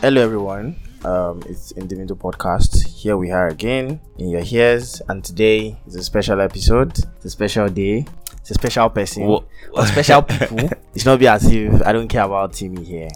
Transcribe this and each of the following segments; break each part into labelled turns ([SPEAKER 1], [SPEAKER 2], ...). [SPEAKER 1] Hello, everyone. Um, it's Individual Podcast. Here we are again in your ears, and today is a special episode. It's a special day. It's a special person.
[SPEAKER 2] Wha-
[SPEAKER 1] Or special people. It's not be as if I don't care about Timmy here.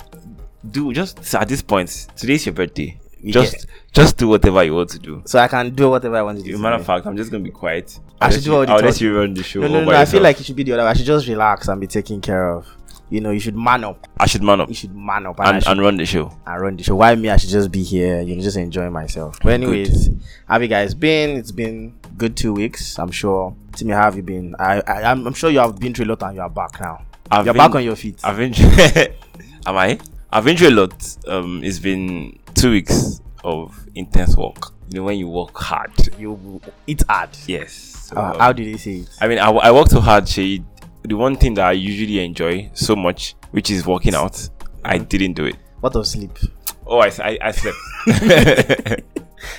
[SPEAKER 2] do just at this point today's your birthday
[SPEAKER 1] Yeah.
[SPEAKER 2] just just do whatever you want to do
[SPEAKER 1] So I can do whatever I want to do.
[SPEAKER 2] As a matter of
[SPEAKER 1] today.
[SPEAKER 2] fact i'm just gonna be quiet
[SPEAKER 1] I
[SPEAKER 2] I'll
[SPEAKER 1] should
[SPEAKER 2] let
[SPEAKER 1] do
[SPEAKER 2] you-
[SPEAKER 1] all the
[SPEAKER 2] I'll let
[SPEAKER 1] talk-
[SPEAKER 2] you run the show
[SPEAKER 1] No,
[SPEAKER 2] all
[SPEAKER 1] no, no.
[SPEAKER 2] by
[SPEAKER 1] no I feel
[SPEAKER 2] yourself.
[SPEAKER 1] like it should be the other. way. I should just relax and be taken care of. You know, you should man up.
[SPEAKER 2] i should man up
[SPEAKER 1] You should man up. I
[SPEAKER 2] and,
[SPEAKER 1] should-
[SPEAKER 2] and run the show
[SPEAKER 1] and run the show. Why me? I should just be here, you know, just enjoying myself. But anyways, have you guys been? It's been good two weeks, I'm sure. Timmy, how have you been? I, I I'm, I'm sure you have been through a lot and you are back now.
[SPEAKER 2] I've
[SPEAKER 1] You're
[SPEAKER 2] been-
[SPEAKER 1] back on your feet.
[SPEAKER 2] I've enjoyed. Am I? I've enjoyed a lot. Um, it's been two weeks of intense work. You know, when you work hard.
[SPEAKER 1] you it's hard.
[SPEAKER 2] Yes. So,
[SPEAKER 1] Uh,
[SPEAKER 2] um,
[SPEAKER 1] how did they say it?
[SPEAKER 2] I mean, I, wo- I worked so hard. She, the one thing that I usually enjoy so much, which is working out, I
[SPEAKER 1] Mm.
[SPEAKER 2] didn't do it.
[SPEAKER 1] What of sleep?
[SPEAKER 2] Oh, I, s- I- I slept.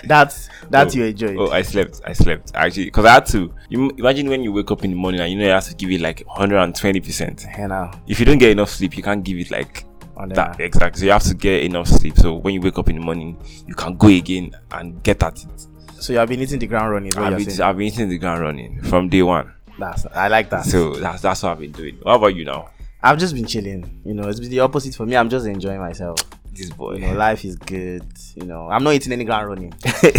[SPEAKER 1] That's that
[SPEAKER 2] Oh,
[SPEAKER 1] you enjoyed.
[SPEAKER 2] oh, I slept. I slept actually because I had to. You m- imagine when you wake up in the morning and you know you have to give it like 120 percent.
[SPEAKER 1] And now,
[SPEAKER 2] If you don't get enough sleep, you can't give it like
[SPEAKER 1] on
[SPEAKER 2] that exactly. So you have to get enough sleep. So when you wake up in the morning, you can go again and get at it.
[SPEAKER 1] so you have been hitting the ground running. Is what
[SPEAKER 2] I've
[SPEAKER 1] you're
[SPEAKER 2] been,
[SPEAKER 1] saying.
[SPEAKER 2] I've been hitting the ground running from day one.
[SPEAKER 1] That's, I like that.
[SPEAKER 2] So that's that's what I've been doing. What about you now?
[SPEAKER 1] I've just been chilling. You know, it's been the opposite for me. I'm just enjoying myself.
[SPEAKER 2] This
[SPEAKER 1] You
[SPEAKER 2] boy.
[SPEAKER 1] know, life is good. You know, I'm not hitting any ground running.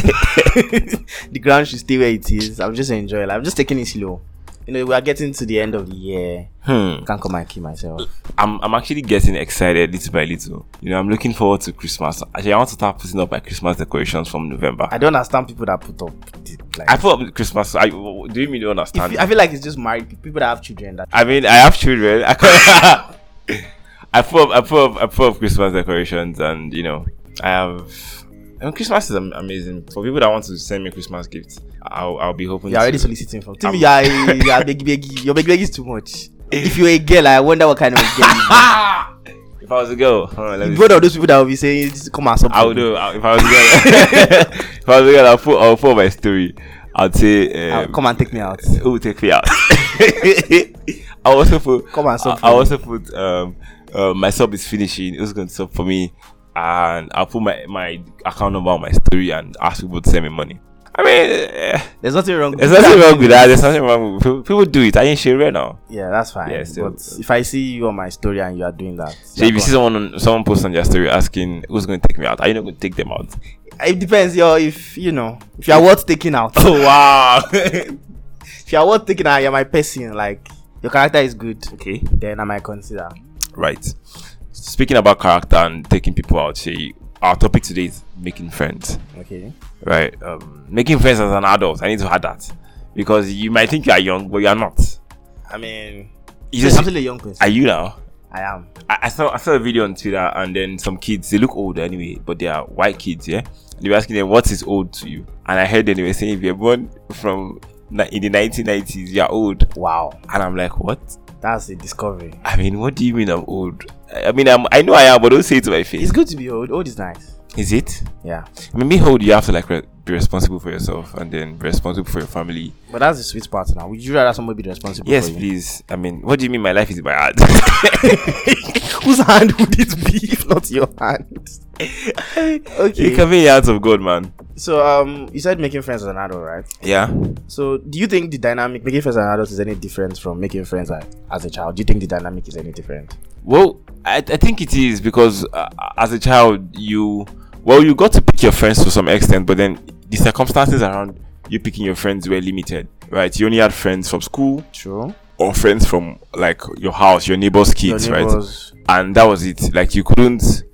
[SPEAKER 1] the ground should stay where it is. I'm just enjoying. life. I'm just taking it slow. You know, we are getting to the end of the year.
[SPEAKER 2] Hmm.
[SPEAKER 1] I can't come and kill myself.
[SPEAKER 2] I'm I'm actually getting excited little by little. You know, I'm looking forward to Christmas. Actually, I want to start putting up my Christmas decorations from November.
[SPEAKER 1] I don't understand people that put up. the- Like,
[SPEAKER 2] I put up Christmas. I do you mean you don't understand?
[SPEAKER 1] if, I feel like it's just married people that have children. That
[SPEAKER 2] I mean, I have children. I can't. I put up, I put up, I put up Christmas decorations, and you know, I have. I mean, Christmas is am- amazing for people that want to send me Christmas gifts. I'll, I'll be hoping.
[SPEAKER 1] you're already
[SPEAKER 2] to-
[SPEAKER 1] soliciting from. Tell me, you're you're big, big, your big, big is too much. If you're a girl, I wonder what kind of girl. You
[SPEAKER 2] Ah! If I was a girl, hold on, let
[SPEAKER 1] are.
[SPEAKER 2] me
[SPEAKER 1] You're one
[SPEAKER 2] see.
[SPEAKER 1] of those people that will be saying, "Come and support."
[SPEAKER 2] I would do. I- If I was a girl, if I was a girl, I'll put, I'll put my story. I'd say,
[SPEAKER 1] I'll
[SPEAKER 2] um,
[SPEAKER 1] Come and take me out.
[SPEAKER 2] who will take me out? I also put.
[SPEAKER 1] Come and sub
[SPEAKER 2] I, I
[SPEAKER 1] for me.
[SPEAKER 2] also put. Um, uh, my sub is finishing. Who's going to sub for me? And I'll put my my account number on my story and ask people to send me money. I mean, eh,
[SPEAKER 1] There's nothing wrong.
[SPEAKER 2] there's nothing wrong with that. There's nothing wrong. With, people, people do it. I ain't sure right now.
[SPEAKER 1] Yeah, that's fine.
[SPEAKER 2] Yeah, so- uh,
[SPEAKER 1] but if I see you on my story and you are doing that,
[SPEAKER 2] So if you see someone on, someone post on their story asking who's going to take me out, are you not going to take them out?
[SPEAKER 1] it depends. Yo, if you know, if you are worth taking out,
[SPEAKER 2] Oh wow.
[SPEAKER 1] if you are worth taking out, you're my person. Like your character is good,
[SPEAKER 2] okay.
[SPEAKER 1] then I might consider.
[SPEAKER 2] Right. Speaking about character and taking people out, say our topic today is making friends.
[SPEAKER 1] Okay.
[SPEAKER 2] Right. Um, making friends as an adult, I need to add that because you might think you are young, but you are not.
[SPEAKER 1] I mean,
[SPEAKER 2] You just-
[SPEAKER 1] I'm still a young person.
[SPEAKER 2] are you now?
[SPEAKER 1] I am.
[SPEAKER 2] I, I saw I saw a video on Twitter and then some kids. They look older anyway, but they are white kids. Yeah. They were asking them what is old to you, and I heard them they were saying if you're born from ni- in the 1990s, you're old.
[SPEAKER 1] Wow,
[SPEAKER 2] And I'm like, what?
[SPEAKER 1] that's a discovery.
[SPEAKER 2] I mean, what do you mean I'm old? I I mean, I'm, I know I am, but don't say it to my
[SPEAKER 1] It's
[SPEAKER 2] face.
[SPEAKER 1] good to be old. Old is nice.
[SPEAKER 2] Is it?
[SPEAKER 1] Yeah,
[SPEAKER 2] I mean, being old, you have to like re- be responsible for yourself and then be responsible for your family.
[SPEAKER 1] but that's the sweet part now. Would you rather somebody be responsible?
[SPEAKER 2] Yes,
[SPEAKER 1] for you?
[SPEAKER 2] please. I mean, what do you mean my life is my art?
[SPEAKER 1] Whose hand would it be if not your hand?
[SPEAKER 2] It
[SPEAKER 1] okay.
[SPEAKER 2] can be in the hands of God, man.
[SPEAKER 1] So um, you said making friends as an adult, right?
[SPEAKER 2] Yeah.
[SPEAKER 1] So, do you think the dynamic making friends as an adult is any different from making friends a- as a child? Do you think the dynamic is any different?
[SPEAKER 2] Well, I, I think it is because uh, as a child, you, well, you got to pick your friends to some extent, but then the circumstances around you picking your friends were limited, right? You only had friends from school
[SPEAKER 1] True.
[SPEAKER 2] or friends from like your house, your neighbor's kids, right? And that was it. Like, you couldn't,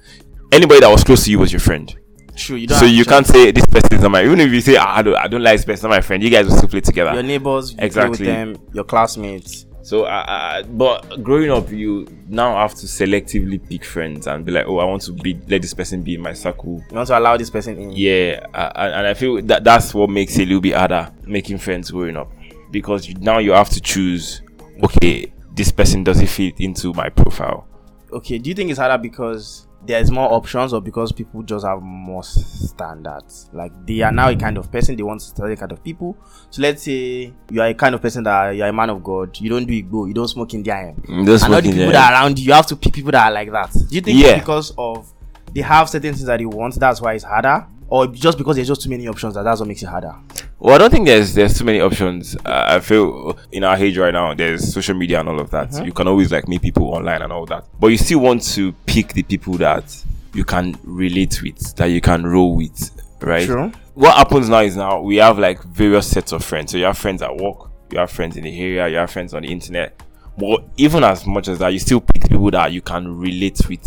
[SPEAKER 2] anybody that was close to you was your friend.
[SPEAKER 1] True. You
[SPEAKER 2] so you can't say this person is not my even if you say "Ah, I don't I don't like this person not my friend you guys will still play together
[SPEAKER 1] Your neighbors, you
[SPEAKER 2] Exactly.
[SPEAKER 1] play with them, your classmates.
[SPEAKER 2] so uh, uh, but growing up you now have to selectively pick friends and be like oh I want to be let this person be in my circle
[SPEAKER 1] You want to allow this person in.
[SPEAKER 2] yeah uh, and and I feel that that's what makes it a little bit harder making friends growing up because you, now you have to choose okay this person doesn't fit into my profile
[SPEAKER 1] Okay. Do you think it's harder because there's more options, or because people just have more standards? Like they are now a kind of person they want to study kind of people. So let's say you are a kind of person that you are a man of God. You don't do igbo. You don't smoke in the
[SPEAKER 2] Mm, those
[SPEAKER 1] and all the
[SPEAKER 2] working
[SPEAKER 1] people
[SPEAKER 2] there-
[SPEAKER 1] that are around you, you have to pick people that are like that. Do you think it's
[SPEAKER 2] Yeah.
[SPEAKER 1] because of they have certain things that they want. That's why it's harder. Or just because there's just too many options, that that's what makes it harder.
[SPEAKER 2] Well, I don't think there's there's too many options. Uh, I feel in our age right now, there's social media and all of that. You can always like meet people online and all that, but you still want to pick the people that you can relate with, that you can roll with, right?
[SPEAKER 1] True.
[SPEAKER 2] What happens now is now we have like various sets of friends. So you have friends at work, you have friends in the area, you have friends on the internet. But even as much as that, you still pick the people that you can relate with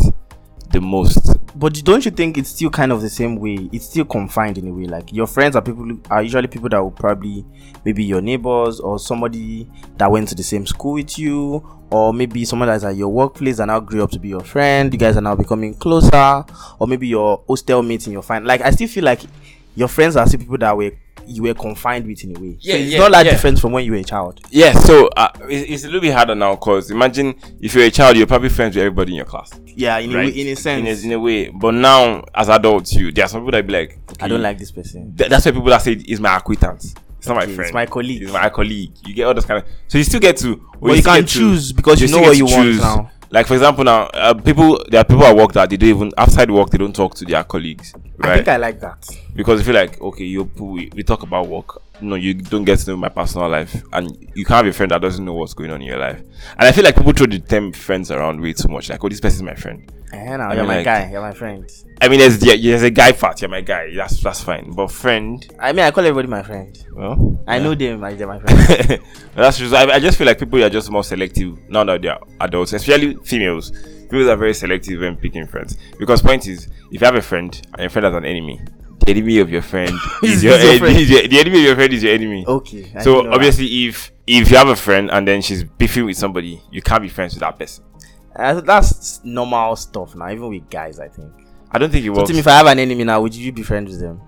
[SPEAKER 2] the most.
[SPEAKER 1] But don't you think it's still kind of the same way? It's still confined in a way. Like your friends are people are usually people that will probably maybe your neighbors or somebody that went to the same school with you, or maybe someone that's at your workplace and now grew up to be your friend. You guys are now becoming closer, or maybe your hostel mates in your fine. Like I still feel like your friends are still people that were you were confined with in a way.
[SPEAKER 2] Yeah,
[SPEAKER 1] so it's
[SPEAKER 2] yeah,
[SPEAKER 1] not that
[SPEAKER 2] yeah.
[SPEAKER 1] different from when you were a child.
[SPEAKER 2] Yeah, so uh, it's, it's a little bit harder now because imagine if you're a child, you're probably friends with everybody in your class.
[SPEAKER 1] Yeah, in a
[SPEAKER 2] right?
[SPEAKER 1] way, in a
[SPEAKER 2] in
[SPEAKER 1] sense,
[SPEAKER 2] a, in a way. But now, as adults, you there are some people that be like,
[SPEAKER 1] I don't
[SPEAKER 2] okay,
[SPEAKER 1] like this person.
[SPEAKER 2] Th- that's why people that say it's my acquaintance. It's not my
[SPEAKER 1] Okay, it's
[SPEAKER 2] friend.
[SPEAKER 1] my colleague.
[SPEAKER 2] It's my colleague. You get all those kind of. So you still get to, or
[SPEAKER 1] But you
[SPEAKER 2] still
[SPEAKER 1] can
[SPEAKER 2] get to-
[SPEAKER 1] choose because you know
[SPEAKER 2] still
[SPEAKER 1] what
[SPEAKER 2] get
[SPEAKER 1] you
[SPEAKER 2] to
[SPEAKER 1] want now.
[SPEAKER 2] Like for example, now uh, people there are people at work that they don't even outside work they don't talk to their colleagues,
[SPEAKER 1] I
[SPEAKER 2] right?
[SPEAKER 1] think I like that.
[SPEAKER 2] because you feel like okay, you we, we talk about work. No, you don't get to know my personal life, and you can't have a friend that doesn't know what's going on in your life. And I feel like people throw the term friends around way too much. Like, oh, this person's my friend.
[SPEAKER 1] Eh, now,
[SPEAKER 2] I
[SPEAKER 1] you're
[SPEAKER 2] mean,
[SPEAKER 1] my
[SPEAKER 2] like-
[SPEAKER 1] guy. You're my friend.
[SPEAKER 2] I mean, there's the, there's a guy part. You're my guy. That's that's fine. But friend,
[SPEAKER 1] I mean, I call everybody my friend.
[SPEAKER 2] well,
[SPEAKER 1] I know them, like they're my friends.
[SPEAKER 2] that's just, I, I just feel like people are just more selective now that they are adults, especially females. People are very selective when picking friends because point is, if you have a friend and your friend has an enemy, the enemy of your friend
[SPEAKER 1] Is
[SPEAKER 2] is your,
[SPEAKER 1] your
[SPEAKER 2] en-
[SPEAKER 1] friend.
[SPEAKER 2] is your- the enemy of your friend is your enemy.
[SPEAKER 1] Okay. I didn't
[SPEAKER 2] so
[SPEAKER 1] know
[SPEAKER 2] obviously, if if you have a friend and then she's beefing with somebody, you can't be friends with that person.
[SPEAKER 1] that. Uh, that's normal stuff now, even with guys, I think.
[SPEAKER 2] I don't think it
[SPEAKER 1] So,
[SPEAKER 2] works.
[SPEAKER 1] Tim, if I have an enemy now, would you be friends with them?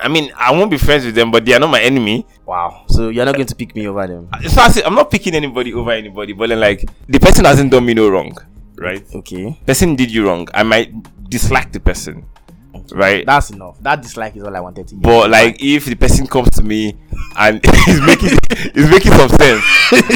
[SPEAKER 2] I mean, I won't be friends with them, but they are not my enemy.
[SPEAKER 1] Wow. So you're not going to pick me over them.
[SPEAKER 2] So I say, I'm not picking anybody over anybody, but then like the person hasn't done me no wrong, right?
[SPEAKER 1] Okay.
[SPEAKER 2] person did you wrong, I might dislike the person, right?
[SPEAKER 1] That's enough. That dislike is all I wanted to hear.
[SPEAKER 2] but like, if the person comes to me and is making is making some sense,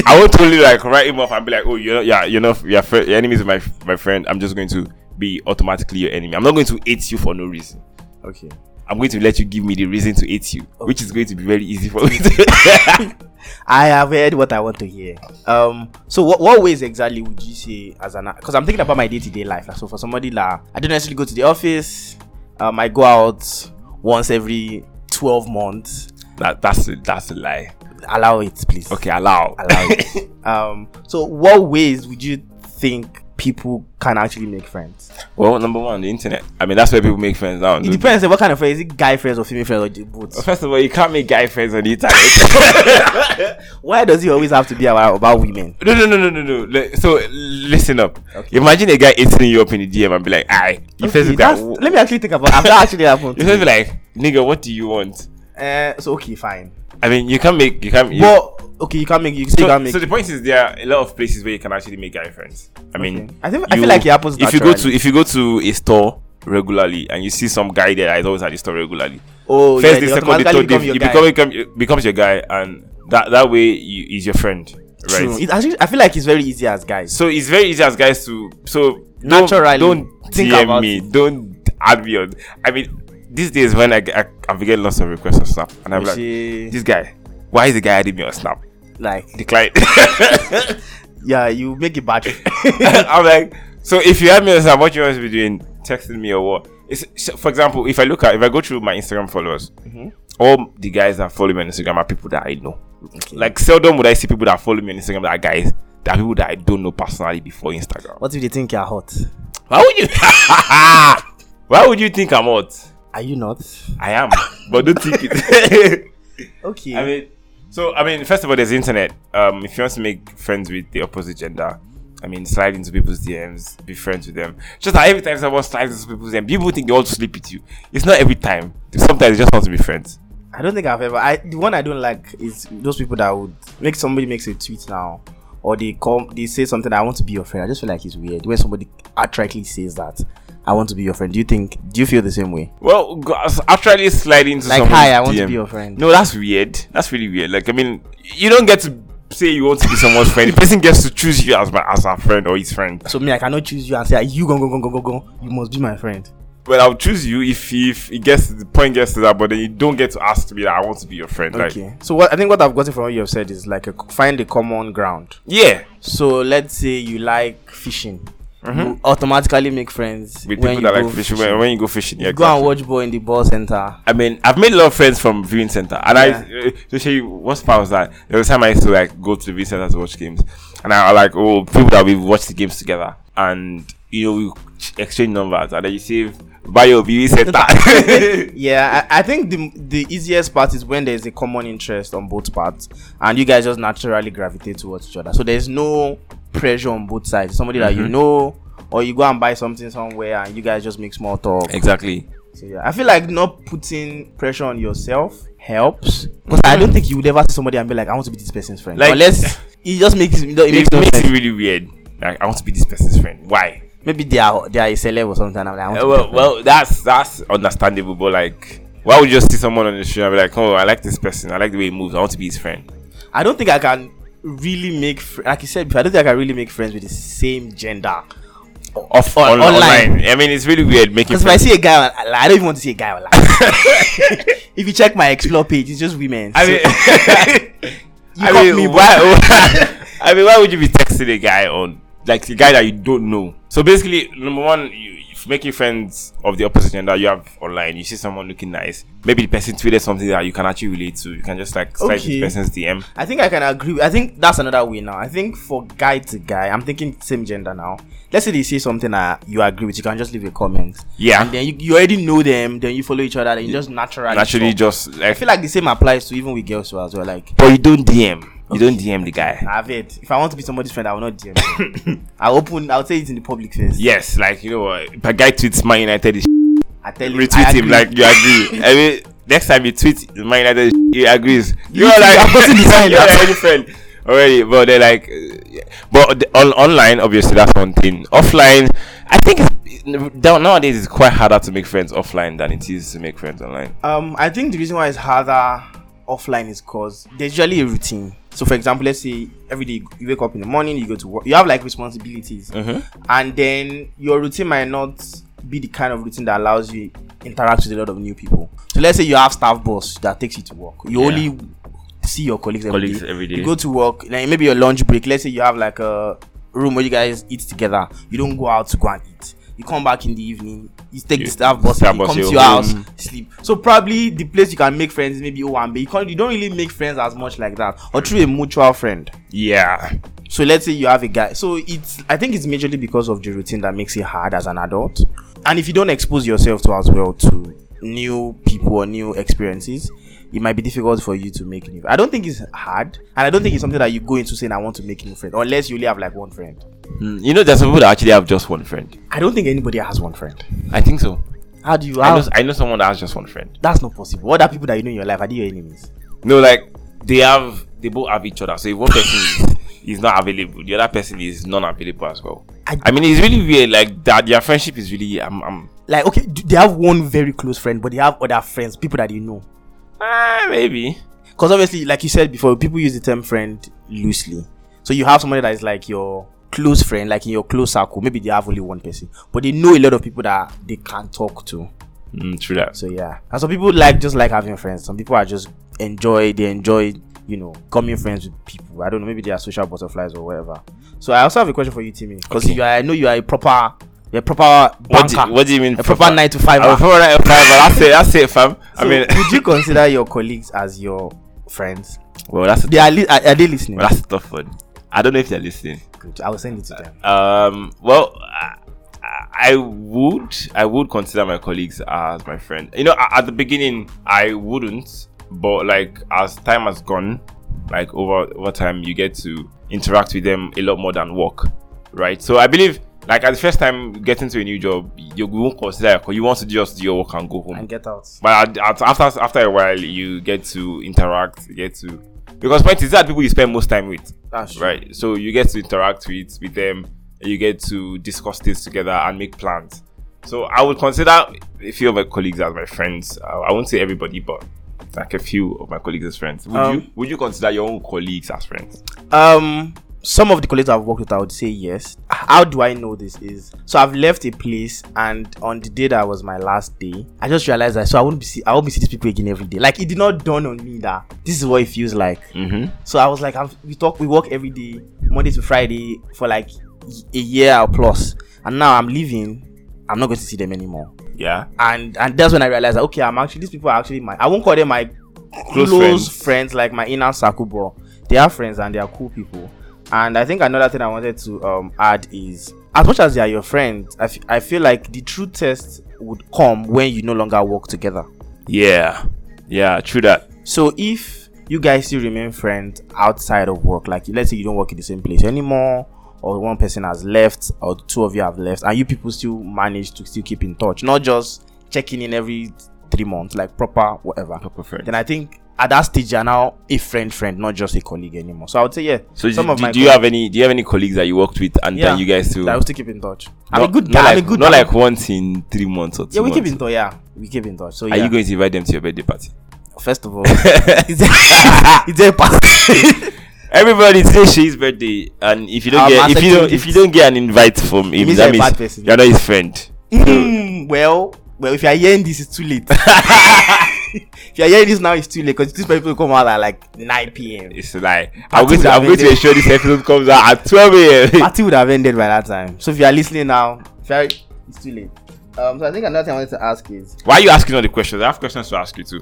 [SPEAKER 2] I won't totally like write him off and be like, oh, you're not, yeah, you're not, your friend, your enemy is my my friend. I'm just going to be automatically your enemy. I'm not going to hate you for no reason.
[SPEAKER 1] okay.
[SPEAKER 2] I'm going to let you give me the reason to hate you, which is going to be very easy for me. To
[SPEAKER 1] I have heard what I want to hear. Um, so what, what ways exactly would you say as an because I'm thinking about my day to day life. Like, so for somebody like I don't necessarily go to the office. Um, I go out once every twelve months.
[SPEAKER 2] that, that's a, that's a lie.
[SPEAKER 1] Allow it, please.
[SPEAKER 2] Okay, allow.
[SPEAKER 1] Allow it. um, so what ways would you think people can actually make friends?
[SPEAKER 2] well, number one, the internet. I mean, that's where people make friends now.
[SPEAKER 1] It depends on what kind of friends. Is it guy friends or female friends or the both?
[SPEAKER 2] First of all, you can't make guy friends on the internet.
[SPEAKER 1] Why does it always have to be about, about women?
[SPEAKER 2] No, no, no, no, no, no. Li- So l- listen up.
[SPEAKER 1] Okay.
[SPEAKER 2] Imagine a guy hitting you up in the DM and be like, "Aye, you
[SPEAKER 1] Okay,
[SPEAKER 2] first
[SPEAKER 1] that's-
[SPEAKER 2] guy.
[SPEAKER 1] let me actually think about. I've not actually happened.
[SPEAKER 2] You
[SPEAKER 1] to
[SPEAKER 2] first
[SPEAKER 1] me.
[SPEAKER 2] be like, nigga, what do you want?
[SPEAKER 1] Uh, so okay, fine.
[SPEAKER 2] I mean, you can't make, you can't. You,
[SPEAKER 1] But okay, you can't make. You still
[SPEAKER 2] so,
[SPEAKER 1] can't make.
[SPEAKER 2] so the point is, there are a lot of places where you can actually make guy friends. I mean,
[SPEAKER 1] Okay. I think- I feel like it happens
[SPEAKER 2] If you go to
[SPEAKER 1] naturally.
[SPEAKER 2] if you go to a store regularly and you see some guy there that is always at the store regularly,
[SPEAKER 1] oh,
[SPEAKER 2] first
[SPEAKER 1] yeah,
[SPEAKER 2] day,
[SPEAKER 1] they
[SPEAKER 2] second day,
[SPEAKER 1] automatically
[SPEAKER 2] third day,
[SPEAKER 1] become your
[SPEAKER 2] he
[SPEAKER 1] guy.
[SPEAKER 2] become, become, becomes your guy, and that that way you, he's your friend, right?
[SPEAKER 1] True. It actually, I feel like it's very easy as guys.
[SPEAKER 2] So it's very easy as guys to so
[SPEAKER 1] Naturally,
[SPEAKER 2] Don't, don't
[SPEAKER 1] think
[SPEAKER 2] DM
[SPEAKER 1] about
[SPEAKER 2] me. Don't add me on. I mean, these days when I, I I'm getting lots of requests on Snap, and I'm
[SPEAKER 1] Which
[SPEAKER 2] like,
[SPEAKER 1] is,
[SPEAKER 2] this guy, why is the guy adding me on Snap?
[SPEAKER 1] like,
[SPEAKER 2] Decline.
[SPEAKER 1] yeah, you make it bad.
[SPEAKER 2] I'm like, so if you add me on Snap, what you always be doing? Texting me or what? It's, so, for example, if I look at if I go through my Instagram followers, all the guys that follow me on Instagram are people that I know. Like seldom would I see people that follow me on Instagram that are guys. That are people that I don't know personally before Instagram.
[SPEAKER 1] what if they think you're hot?
[SPEAKER 2] Why would you? Why would you think I'm hot?
[SPEAKER 1] Are you not?
[SPEAKER 2] I am, but don't think it.
[SPEAKER 1] Okay.
[SPEAKER 2] I mean, so I mean, first of all, there's the internet. Um, if you want to make friends with the opposite gender, I mean, slide into people's DMs, be friends with them. Just like every time someone slides into people's DMs, people think they want to sleep with you. It's not every time. Sometimes they just want to be friends.
[SPEAKER 1] I don't think I've ever. I the one I don't like is those people that would make somebody makes a tweet now, or they come they say something. I want to be your friend. I just feel like it's weird when somebody outrightly says that. I want to be your friend. Do you think? Do you feel the same way?
[SPEAKER 2] Well, go- as- actually, slide into
[SPEAKER 1] Like,
[SPEAKER 2] someone's
[SPEAKER 1] hi, I want to
[SPEAKER 2] DM.
[SPEAKER 1] be your friend.
[SPEAKER 2] No, that's weird. That's really weird. Like, I mean, you don't get to say you want to be someone's friend. The person gets to choose you as my as our friend or his friend.
[SPEAKER 1] So me, I cannot choose you and say, "You go go go go go go. You must be my friend."
[SPEAKER 2] But I'll choose you if if it gets the point gets to that, but then you don't get to ask me that I want to be your friend. Like,
[SPEAKER 1] okay. So what I think what I've gotten from what you have said is like a, find a common ground.
[SPEAKER 2] yeah,
[SPEAKER 1] So let's say you like fishing. You automatically make friends
[SPEAKER 2] Mm-hmm. with
[SPEAKER 1] when
[SPEAKER 2] people
[SPEAKER 1] you
[SPEAKER 2] that
[SPEAKER 1] go
[SPEAKER 2] like fishing, when, when you go fishing, yeah,
[SPEAKER 1] Go
[SPEAKER 2] exactly.
[SPEAKER 1] and watch ball in the ball center.
[SPEAKER 2] I mean, I've made a lot of friends from viewing center, and I so show you what part was that. There was time I used to like go to the viewing center to watch games, and I, I like oh people that we watch the games together, and you know we ch- exchange numbers, and then you save buy your viewing center.
[SPEAKER 1] Yeah, I, I think the the easiest part is when there's a common interest on both parts, and you guys just naturally gravitate towards each other. So there's no pressure on both sides. Somebody that
[SPEAKER 2] Mm-hmm.
[SPEAKER 1] you know, or you go and buy something somewhere, and you guys just make small talk.
[SPEAKER 2] exactly.
[SPEAKER 1] So yeah, I feel like not putting pressure on yourself helps because I don't think you would ever see somebody and be like, "I want to be this person's friend,"
[SPEAKER 2] Mm-hmm. Like-
[SPEAKER 1] unless it just makes it,
[SPEAKER 2] It,
[SPEAKER 1] makes no
[SPEAKER 2] makes
[SPEAKER 1] sense.
[SPEAKER 2] it really weird. Like I want to be this person's friend. Why?
[SPEAKER 1] Maybe they are they are a celeb or something. and I'm like, I want
[SPEAKER 2] Uh,
[SPEAKER 1] to be their friend.
[SPEAKER 2] well, well, that's that's understandable, but like, why would you just see someone on the street and be like, oh, I like this person, I like the way he moves, I want to be his friend.
[SPEAKER 1] I don't think I can really make fr- like you said. before, I don't think I can really make friends with the same gender.
[SPEAKER 2] Off
[SPEAKER 1] On-
[SPEAKER 2] on,
[SPEAKER 1] online.
[SPEAKER 2] online. I mean, it's really weird making.
[SPEAKER 1] Because if I see a guy, on, like, I don't even want to see a guy online. if you check my explore page, it's just women.
[SPEAKER 2] I
[SPEAKER 1] So,
[SPEAKER 2] mean,
[SPEAKER 1] you
[SPEAKER 2] I
[SPEAKER 1] caught
[SPEAKER 2] mean,
[SPEAKER 1] me, bro.
[SPEAKER 2] why? I mean, why would you be texting a guy on like a guy that you don't know? So basically, number one, you, you making friends of the opposite gender you have online. You see someone looking nice, maybe the person tweeted something that you can actually relate to. You can just like slide
[SPEAKER 1] Okay.
[SPEAKER 2] the person's DM.
[SPEAKER 1] I think I can agree. with- I think that's another way now. I think for guy to guy, I'm thinking same gender now. Let's say they say something that you agree with, you can just leave a comment.
[SPEAKER 2] Yeah.
[SPEAKER 1] And then you, you already know them, then you follow each other, then you just naturally.
[SPEAKER 2] Naturally,
[SPEAKER 1] talk.
[SPEAKER 2] just like,
[SPEAKER 1] I feel like the same applies to even with girls too as well. Like,
[SPEAKER 2] but you don't DM. You don't DM the guy.
[SPEAKER 1] I have it. If I want to be somebody's friend, I will not DM. them. I open. I'll say it in the public face.
[SPEAKER 2] Yes, like you know what? If a guy tweets Man United, is
[SPEAKER 1] I tell you. I
[SPEAKER 2] retweet him
[SPEAKER 1] agree.
[SPEAKER 2] like you agree. I mean, next time you tweet Man United, is he agrees. You're
[SPEAKER 1] too,
[SPEAKER 2] like
[SPEAKER 1] you're posting the sign,
[SPEAKER 2] you're
[SPEAKER 1] that's-
[SPEAKER 2] already friend already. But they're like, uh, yeah. but the, on, online obviously that's one thing. Offline, I think it's, down nowadays it's quite harder to make friends offline than it is to make friends online.
[SPEAKER 1] Um, I think the reason why it's harder offline is because there's usually a routine. So, for example, let's say every day you wake up in the morning, you go to work, you have like responsibilities,
[SPEAKER 2] Mm-hmm.
[SPEAKER 1] and then your routine might not be the kind of routine that allows you interact with a lot of new people. So, let's say you have staff boss that takes you to work. You
[SPEAKER 2] Yeah.
[SPEAKER 1] only see your colleagues,
[SPEAKER 2] Colleagues
[SPEAKER 1] every, day.
[SPEAKER 2] every day.
[SPEAKER 1] You go to work, like maybe your lunch break. Let's say you have like a room where you guys eat together. You don't go out to go and eat. You come back in the evening. You take
[SPEAKER 2] You-
[SPEAKER 1] the staff bus.
[SPEAKER 2] staff
[SPEAKER 1] you
[SPEAKER 2] bus,
[SPEAKER 1] come
[SPEAKER 2] you
[SPEAKER 1] to your
[SPEAKER 2] home.
[SPEAKER 1] house sleep. So probably the place you can make friends is maybe Owambe. You can't you don't really make friends as much like that. Or through a mutual friend.
[SPEAKER 2] Yeah,
[SPEAKER 1] So let's say you have a guy. So it's I think it's majorly because of the routine that makes it hard as an adult. And if you don't expose yourself to as well to new people or new experiences, it might be difficult for you to make new. I don't think it's hard, and I don't think it's something that you go into saying I want to make new friends, unless you only have like one friend.
[SPEAKER 2] Mm, you know, there's some people that actually have just one friend.
[SPEAKER 1] I don't think anybody has one friend.
[SPEAKER 2] I think so.
[SPEAKER 1] How do you?
[SPEAKER 2] I
[SPEAKER 1] How,
[SPEAKER 2] know, I know someone that has just one friend.
[SPEAKER 1] that's not possible. What are people that you know in your life? Are they your enemies?
[SPEAKER 2] No, like they have they both have each other. So if one person is, is not available, the other person is non-available as well.
[SPEAKER 1] I-
[SPEAKER 2] I, mean, it's really weird. Like that, their friendship is really. I'm. I'm
[SPEAKER 1] like okay d- they have one very close friend but they have other friends people that you know
[SPEAKER 2] ah, maybe.
[SPEAKER 1] because obviously like you said before people use the term friend loosely so you have somebody that is like your close friend like in your close circle maybe they have only one person but they know a lot of people that they can talk to
[SPEAKER 2] Mm, true that.
[SPEAKER 1] so yeah and some people like just like having friends some people are just enjoy they enjoy you know coming friends with people i don't know maybe they are social butterflies or whatever so i also have a question for you timmy because
[SPEAKER 2] Okay.
[SPEAKER 1] you are i know you are a proper you're a proper
[SPEAKER 2] What do,
[SPEAKER 1] banker,
[SPEAKER 2] what do you mean?
[SPEAKER 1] a proper nine to five
[SPEAKER 2] I'm a proper nine to five, but That's it. That's it, fam. I
[SPEAKER 1] So,
[SPEAKER 2] mean,
[SPEAKER 1] would you consider your colleagues as your friends?
[SPEAKER 2] well, that's a,
[SPEAKER 1] They are, li- are, are they listening?
[SPEAKER 2] well, that's a tough one. I don't know if they're listening.
[SPEAKER 1] Good. I will send it to them.
[SPEAKER 2] Um. Well, I, I would. I would consider my colleagues as my friend. You know, a- at the beginning, I wouldn't. But like, as time has gone, like over over time, you get to interact with them a lot more than work, right? So I believe, like, at the first time getting to a new job, you won't consider your co- you want to just do your work and go home.
[SPEAKER 1] And get out.
[SPEAKER 2] But at, at, after after a while, you get to interact, you get to because point is that people you spend most time with,
[SPEAKER 1] That's true.
[SPEAKER 2] right? So you get to interact with with them, you get to discuss things together and make plans. So I would consider a few of my colleagues as my friends. I, I won't say everybody, but like a few of my colleagues as friends. Would
[SPEAKER 1] Um,
[SPEAKER 2] you would you consider your own colleagues as friends?
[SPEAKER 1] Um, some of the colleagues I've worked with, I would say yes. How do I know this is? So I've left a place, and on the day that was my last day, I just realized that so I won't be see, I won't be see these people again every day. Like it did not dawn on me that this is what it feels like.
[SPEAKER 2] Mm-hmm.
[SPEAKER 1] So I was like, I'm, we talk, we work every day, Monday to Friday, for like a year or plus, and now I'm leaving. I'm not going to see them anymore,
[SPEAKER 2] Yeah.
[SPEAKER 1] and and that's when I realized that okay, I'm actually these people are actually my I won't call them my close, friends. like my inner circle, but they are friends and they are cool people. And I think another thing I wanted to um, add is as much as they are your friends, I, f- I feel like the true test would come when you no longer work together.
[SPEAKER 2] Yeah. Yeah. True that.
[SPEAKER 1] So if you guys still remain friends outside of work, like let's say you don't work in the same place anymore, or one person has left, or two of you have left, and you people still manage to still keep in touch, not just checking in every three months, like proper whatever
[SPEAKER 2] Proper friend.
[SPEAKER 1] then I think at that stage you're now a friend friend, not just a colleague anymore. So I would say yeah.
[SPEAKER 2] so
[SPEAKER 1] some
[SPEAKER 2] do,
[SPEAKER 1] of
[SPEAKER 2] do-
[SPEAKER 1] my
[SPEAKER 2] do you have any? Do you have any colleagues that you worked with and
[SPEAKER 1] Yeah.
[SPEAKER 2] then you guys too?
[SPEAKER 1] that I will still keep in touch. I'm a good
[SPEAKER 2] Not
[SPEAKER 1] guy.
[SPEAKER 2] like,
[SPEAKER 1] I'm a good
[SPEAKER 2] Not
[SPEAKER 1] guy.
[SPEAKER 2] like once in three months or two.
[SPEAKER 1] yeah, we keep
[SPEAKER 2] months.
[SPEAKER 1] in touch. Yeah, we keep in touch. So
[SPEAKER 2] Are
[SPEAKER 1] yeah.
[SPEAKER 2] you going to invite them to your birthday party?
[SPEAKER 1] First of all, is there, is there a pass?
[SPEAKER 2] Everybody today she's birthday, and if you don't
[SPEAKER 1] I'm
[SPEAKER 2] get if you don't
[SPEAKER 1] accepting
[SPEAKER 2] if you don't get an invite from him,
[SPEAKER 1] means
[SPEAKER 2] that
[SPEAKER 1] you're a bad
[SPEAKER 2] means
[SPEAKER 1] person.
[SPEAKER 2] you're not his friend.
[SPEAKER 1] Hmm, well, well, if you're hearing this, it's too late. if you're hearing this now, it's too late because these people come out at like 9 p.m.
[SPEAKER 2] It's like I'm
[SPEAKER 1] Party
[SPEAKER 2] going
[SPEAKER 1] would
[SPEAKER 2] to, I'm
[SPEAKER 1] have
[SPEAKER 2] going to
[SPEAKER 1] ended.
[SPEAKER 2] ensure this episode comes out at 12 a.m.
[SPEAKER 1] Party would have ended by that time. So if you are listening now, if you're, it's too late. Um, so I think another thing I wanted to ask is,
[SPEAKER 2] Why are you asking all the questions? I have questions to ask you too.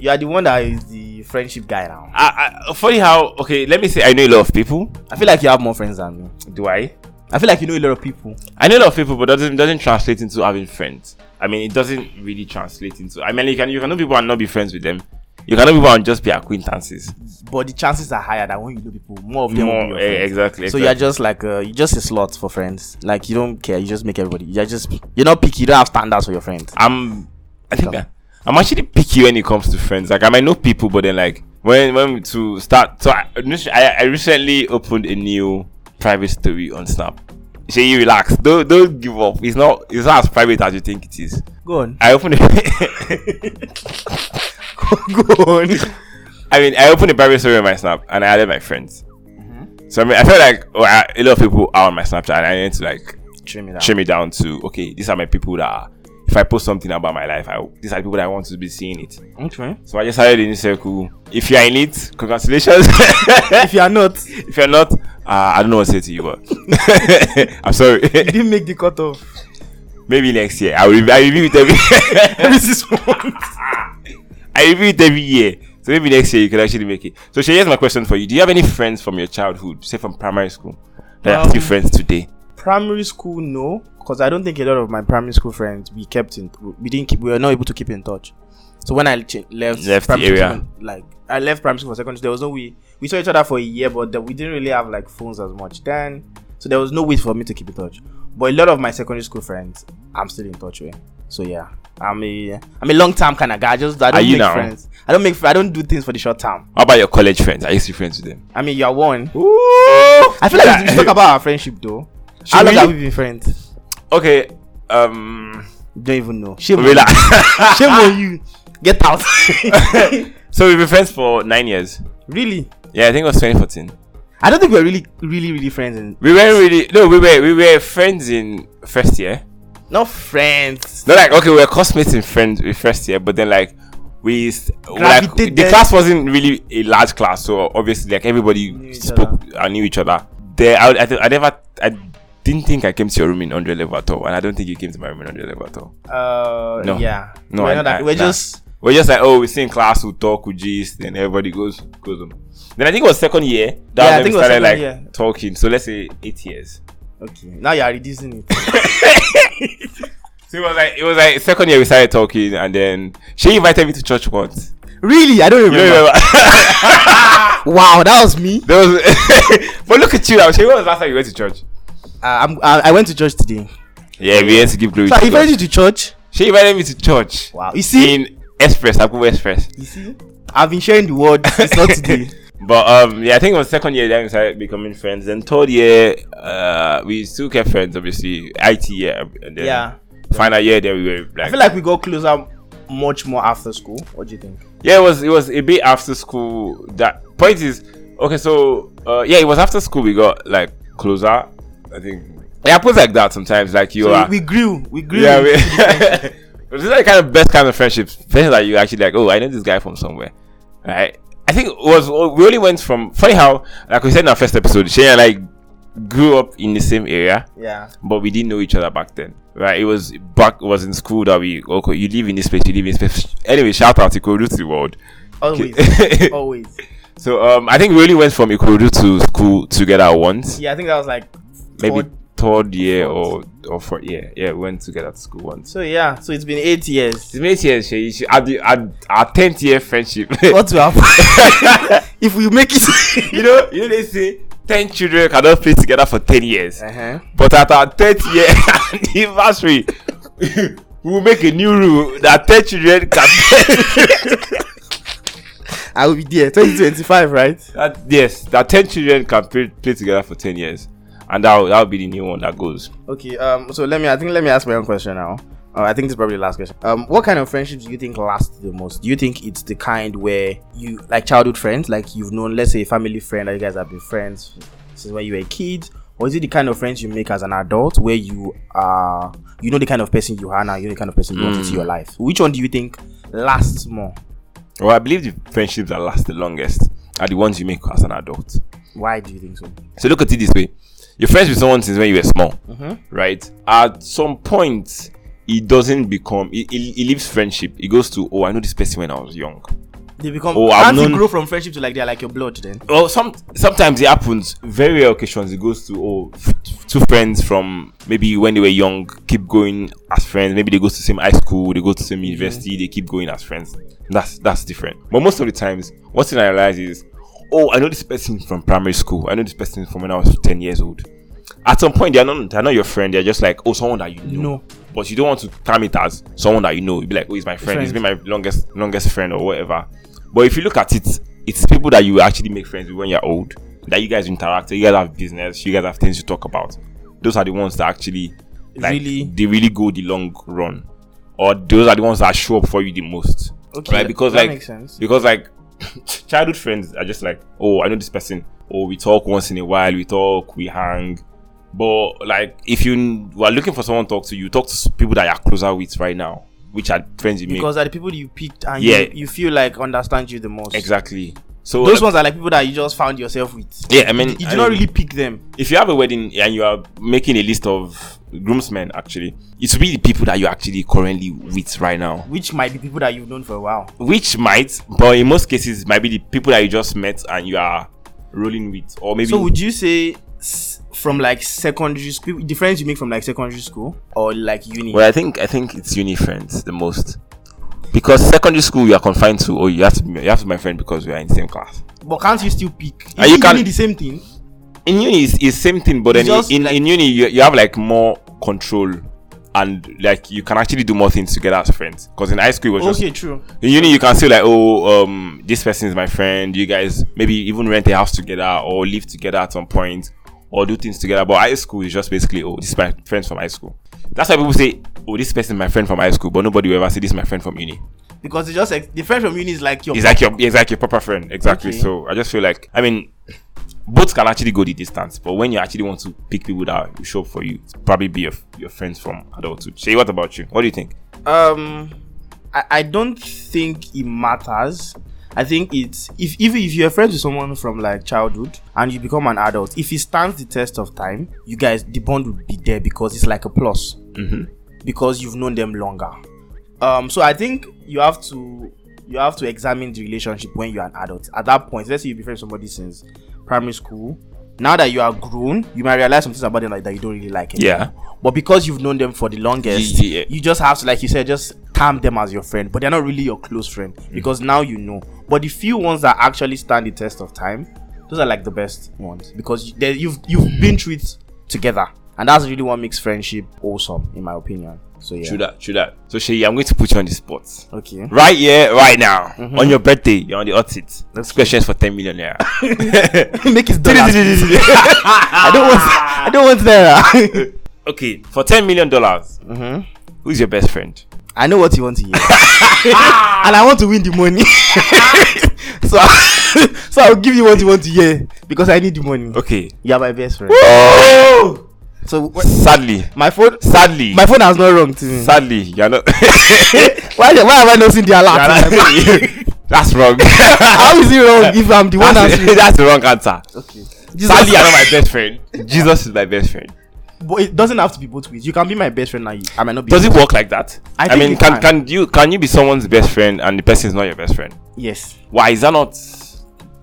[SPEAKER 1] you are the one that is the friendship guy now.
[SPEAKER 2] I, I, funny how okay. Let me say I know a lot of people.
[SPEAKER 1] I feel like you have more friends than me.
[SPEAKER 2] Do I?
[SPEAKER 1] I feel like you know a lot of people.
[SPEAKER 2] I know a lot of people, but doesn't doesn't translate into having friends. I mean, it doesn't really translate into. I mean, you can you can know people and not be friends with them. You can know people and just be acquaintances.
[SPEAKER 1] but the chances are higher that when you know people, more of them will be
[SPEAKER 2] More,
[SPEAKER 1] your
[SPEAKER 2] eh,
[SPEAKER 1] friends.
[SPEAKER 2] exactly.
[SPEAKER 1] So
[SPEAKER 2] exactly.
[SPEAKER 1] you're just like uh, you're just a slot for friends. Like you don't care. You just make everybody. You're just you're not picky. You don't have standards for your friends.
[SPEAKER 2] I'm I think
[SPEAKER 1] Yeah.
[SPEAKER 2] I, I'm actually picky when it comes to friends. Like I might know people, but then like when when to start. So I I, I recently opened a new private story on Snap. Say you relax. Don't don't give up. It's not it's not as private as you think it is.
[SPEAKER 1] Go on.
[SPEAKER 2] I opened. A
[SPEAKER 1] Go on.
[SPEAKER 2] I mean, I opened a private story on my Snap and I added my friends. So I mean, I felt like oh, I, a lot of people are on my Snapchat. And I need to like
[SPEAKER 1] Trim it out.
[SPEAKER 2] trim it down to okay. These are my people that. Are, if I post something about my life, I, these are the people that I want to be seeing it.
[SPEAKER 1] Okay.
[SPEAKER 2] So I just started in this circle. If you are in it, congratulations.
[SPEAKER 1] if you are not, you
[SPEAKER 2] if you're not, uh, I don't know what to say to you, but I'm sorry.
[SPEAKER 1] didn't make the cutoff.
[SPEAKER 2] Maybe next year. I will rev- I review it every
[SPEAKER 1] Every six months.
[SPEAKER 2] I review it every year. So maybe next year you can actually make it. So Shay, here's my question for you. Do you have any friends from your childhood, say from primary school, that are
[SPEAKER 1] Um,
[SPEAKER 2] still friends today?
[SPEAKER 1] Primary school, no, because I don't think a lot of my primary school friends we kept in. We didn't keep. We were not able to keep in touch. So when I ch- left
[SPEAKER 2] Left the
[SPEAKER 1] primary school,
[SPEAKER 2] area.
[SPEAKER 1] like I left primary school for secondary. There was no way we saw each other for a year, but the, we didn't really have like phones as much then. So there was no way for me to keep in touch. But a lot of my secondary school friends, I'm still in touch with. So yeah, I'm a I'm a long term kind of guy. I just I
[SPEAKER 2] Are
[SPEAKER 1] don't
[SPEAKER 2] you
[SPEAKER 1] make
[SPEAKER 2] now?
[SPEAKER 1] friends. I don't make. fr- I don't do things for the short term.
[SPEAKER 2] How about your college friends? Are you still friends with them?
[SPEAKER 1] I mean, you're one.
[SPEAKER 2] I
[SPEAKER 1] I feel like we should talk about our friendship though. How long
[SPEAKER 2] we?
[SPEAKER 1] have we been friends?
[SPEAKER 2] Okay. Um
[SPEAKER 1] Don't even know. Shame on you.
[SPEAKER 2] relax.
[SPEAKER 1] Shame on you. Get out.
[SPEAKER 2] so we've been friends for nine years.
[SPEAKER 1] really?
[SPEAKER 2] Yeah, I think it was 2014.
[SPEAKER 1] I don't think we're really, really, really friends. And
[SPEAKER 2] We weren't really no, we were we were friends in first year.
[SPEAKER 1] not friends.
[SPEAKER 2] No, like okay, we were classmates in friends in first year, but then like we s- like
[SPEAKER 1] Gravitated.
[SPEAKER 2] the class wasn't really a large class, so obviously like everybody
[SPEAKER 1] Knew each
[SPEAKER 2] spoke and knew each other. There, I, I, th- I never I didn't think I came to your room in hundred level at all, and I don't think you came to my room in hundred level at all.
[SPEAKER 1] Uh,
[SPEAKER 2] No.
[SPEAKER 1] yeah.
[SPEAKER 2] No,
[SPEAKER 1] we're
[SPEAKER 2] I-
[SPEAKER 1] not that.
[SPEAKER 2] I-
[SPEAKER 1] we're
[SPEAKER 2] nah.
[SPEAKER 1] just.
[SPEAKER 2] We're just like oh, we sit in class, we talk, we gist, then everybody goes goes home. Then I think it was second year that
[SPEAKER 1] Yeah, I
[SPEAKER 2] when
[SPEAKER 1] think it
[SPEAKER 2] we
[SPEAKER 1] was
[SPEAKER 2] started
[SPEAKER 1] second
[SPEAKER 2] like
[SPEAKER 1] year.
[SPEAKER 2] talking. So let's say eight years.
[SPEAKER 1] Okay. Now you are reducing it.
[SPEAKER 2] So it was like it was like second year we started talking, and then she invited me to church once.
[SPEAKER 1] really? I don't
[SPEAKER 2] You
[SPEAKER 1] remember.
[SPEAKER 2] don't remember?
[SPEAKER 1] Wow, that was me.
[SPEAKER 2] There was, but look at you now. Shay, when was the last time you went to church?
[SPEAKER 1] Uh, I'm, I, I went to church today.
[SPEAKER 2] Yeah, we had to give glory.
[SPEAKER 1] So I
[SPEAKER 2] to
[SPEAKER 1] invited
[SPEAKER 2] God.
[SPEAKER 1] you to church.
[SPEAKER 2] She invited me to church.
[SPEAKER 1] Wow. You see?
[SPEAKER 2] In Express, Abu Express.
[SPEAKER 1] you see? I've been sharing the word. It's not today.
[SPEAKER 2] But um, yeah, I think it was second year that we started becoming friends. Then third year, uh, we still kept friends. Obviously, IT year. And then
[SPEAKER 1] yeah.
[SPEAKER 2] Final year, then we were like,
[SPEAKER 1] I feel like we got closer much more after school. What do you think?
[SPEAKER 2] yeah, it was it was a bit after school. That point is, Okay, so uh, yeah, it was after school we got like closer. I think it happens like that sometimes. Like you
[SPEAKER 1] So
[SPEAKER 2] are,
[SPEAKER 1] we grew, we grew.
[SPEAKER 2] yeah. We, this is like kind of best kind of friendships. Friendships that you actually like. Oh, I know this guy from somewhere, right? I think it was oh, we only went from funny how like we said in our first episode, Shay and I grew up in the same area,
[SPEAKER 1] yeah.
[SPEAKER 2] but we didn't know each other back then, right? It was back it was in school that we okay, you live in this place, you live in this place. Anyway, shout out to Kodu to the world.
[SPEAKER 1] Always, always.
[SPEAKER 2] So um, I think we only went from Ikorodu to school together once,
[SPEAKER 1] Yeah, I think that was like
[SPEAKER 2] maybe
[SPEAKER 1] four-
[SPEAKER 2] third year or or fourth year. Yeah, we went together to school once.
[SPEAKER 1] So yeah, so it's been eight years.
[SPEAKER 2] It's been eight years, Shay. You should- At the at our tenth year friendship,
[SPEAKER 1] What will happen if we make it?
[SPEAKER 2] you know, you know they say ten children cannot play together for ten years,
[SPEAKER 1] uh-huh.
[SPEAKER 2] but at our tenth year anniversary, we will make a new rule that ten children can.
[SPEAKER 1] I will be there. 2025, right?
[SPEAKER 2] that, yes, that ten children can play, play together for ten years, and that will- that will be the new one that goes.
[SPEAKER 1] Okay. Um. So let me. I think let me ask my own question now. Uh, I think this is probably the last question. Um. What kind of friendships do you think last the most? Do you think it's the kind where you like childhood friends, like you've known, let's say, a family friend that you guys have been friends since when you were a kid, or is it the kind of friends you make as an adult where you are, you know, the kind of person you are now, you know, the kind of person you want into your
[SPEAKER 2] Mm.
[SPEAKER 1] life? Which one do you think lasts more?
[SPEAKER 2] Well, I believe the friendships that last the longest are the ones you make as an adult.
[SPEAKER 1] Why do you think so?
[SPEAKER 2] So look at it this way: you're friends with someone since when you were small, right? At some point, it doesn't become. It, it, it leaves friendship. It goes to oh, I know this person when I was young.
[SPEAKER 1] They become.
[SPEAKER 2] Oh,
[SPEAKER 1] Oh,
[SPEAKER 2] I've
[SPEAKER 1] can't you
[SPEAKER 2] known-
[SPEAKER 1] grow from friendship to like they're like your blood then?
[SPEAKER 2] Well, some sometimes it happens. Very rare occasions it goes to oh, f- two friends from maybe when they were young keep going as friends. Maybe they go to the same high school, they go to the same university, they keep going as friends. That's that's different. But most of the times, one thing I realize is, oh, I know this person from primary school. I know this person from when I was ten years old. At some point, they are not they're not your friend. They're just like oh, someone that you know.
[SPEAKER 1] No.
[SPEAKER 2] But you don't want to term it as someone that you know. You'd be like, oh, he's my friend. He's been
[SPEAKER 1] Friend.
[SPEAKER 2] my longest longest friend or whatever. But if you look at it, it's people that you actually make friends with when you're old, that you guys interact, you guys have business, you guys have things to talk about. Those are the ones that actually like
[SPEAKER 1] Really?
[SPEAKER 2] they really go the long run. Or those are the ones that show up for you the most.
[SPEAKER 1] Okay,
[SPEAKER 2] Right? Because
[SPEAKER 1] that
[SPEAKER 2] like
[SPEAKER 1] makes sense.
[SPEAKER 2] because like childhood friends are just like, oh, I know this person. Oh, we talk once in a while, we talk, we hang. But like, if you are looking for someone to talk to, you talk to s- people that you're closer with right now, which are friends you
[SPEAKER 1] Because are the people you picked and
[SPEAKER 2] Yeah.
[SPEAKER 1] you, you feel like understand you the most.
[SPEAKER 2] make. Exactly. So
[SPEAKER 1] Those
[SPEAKER 2] uh,
[SPEAKER 1] ones are like people that you just found yourself with.
[SPEAKER 2] yeah, I mean,
[SPEAKER 1] You
[SPEAKER 2] I
[SPEAKER 1] do not
[SPEAKER 2] mean,
[SPEAKER 1] really pick them.
[SPEAKER 2] If you have a wedding and you are making a list of groomsmen, actually, it should be the people that you're actually currently with right now.
[SPEAKER 1] Which might be people that you've known for a while.
[SPEAKER 2] Which might, but in most cases, might be the people that you just met and you are rolling with, or maybe
[SPEAKER 1] So would you say s- from like secondary school, the friends you make from like secondary school or like uni?
[SPEAKER 2] Well, I think I think it's uni friends the most because secondary school you are confined to. Oh, you have to be, you have to be my friend because we are in the same class.
[SPEAKER 1] but can't you still pick?
[SPEAKER 2] Ah, you
[SPEAKER 1] Isn't
[SPEAKER 2] can-
[SPEAKER 1] uni the same thing.
[SPEAKER 2] In uni, it's, it's same thing, but then
[SPEAKER 1] It's just
[SPEAKER 2] in,
[SPEAKER 1] like-
[SPEAKER 2] in uni you, you have like more control and like you can actually do more things together as friends. Because in high school it was
[SPEAKER 1] Okay, true.
[SPEAKER 2] just in uni you can say like oh um this person is my friend. You guys maybe even rent a house together or live together at some point or do things together. But high school is just basically oh this is my friends from high school. That's why people say oh this person is my friend from high school, but nobody will ever say this is my friend from uni.
[SPEAKER 1] Because it's just ex- the friend from uni is like your
[SPEAKER 2] It's like your it's like your proper friend exactly
[SPEAKER 1] Okay.
[SPEAKER 2] so i just feel like i mean both can actually go the distance but when you actually want to pick people that will show up for you it's probably be your, your friends from adulthood shay what about you what do you think
[SPEAKER 1] um I, I don't think it matters i think it's if even if you're friends with someone from like childhood and you become an adult if it stands the test of time you guys the bond will be there because it's like a plus
[SPEAKER 2] Mm-hmm.
[SPEAKER 1] because you've known them longer um so i think you have to you have to examine the relationship when you're an adult at that point let's say you've been friends with somebody since primary school now that you are grown you might realize some things about them like, that you don't really like anymore.
[SPEAKER 2] yeah
[SPEAKER 1] But because you've known them for the longest,
[SPEAKER 2] Yeah.
[SPEAKER 1] you just have to, like you said, just term them as your friend. But they're not really your close friend because now you know. But the few ones that actually stand the test of time, those are like the best ones because you- they, you've you've been through it together, and that's really what makes friendship awesome, in my opinion. So yeah.
[SPEAKER 2] true that true that so shay i'm going to put you on the spot
[SPEAKER 1] Okay.
[SPEAKER 2] right here right now on your birthday you're on the audit this question is for 10 million naira
[SPEAKER 1] Make it dollars. I don't want. I don't want that.
[SPEAKER 2] Mm-hmm. okay for 10 million dollars who's your best friend
[SPEAKER 1] I know what you want to hear, and I want to win the money. so, so I'll give you what you want to hear because I need the money.
[SPEAKER 2] Okay.
[SPEAKER 1] You're my best friend.
[SPEAKER 2] Oh!
[SPEAKER 1] So wh-
[SPEAKER 2] Sadly,
[SPEAKER 1] my phone,
[SPEAKER 2] sadly,
[SPEAKER 1] my phone has not rung to me.
[SPEAKER 2] sadly, you're not.
[SPEAKER 1] Why, why have I not seen the alert?
[SPEAKER 2] That's wrong.
[SPEAKER 1] How is it wrong if I'm the one
[SPEAKER 2] That's,
[SPEAKER 1] answering?
[SPEAKER 2] that's the wrong answer.
[SPEAKER 1] Okay.
[SPEAKER 2] Sadly, you're not my best friend. Jesus is my best friend.
[SPEAKER 1] But it doesn't have to be both ways. You can be my best friend and you- I might not be.
[SPEAKER 2] Does it work like that?
[SPEAKER 1] I
[SPEAKER 2] I,
[SPEAKER 1] think
[SPEAKER 2] mean,
[SPEAKER 1] it can.
[SPEAKER 2] can, can you can you be someone's best friend and the person is not your best friend?
[SPEAKER 1] Yes.
[SPEAKER 2] Why is that not?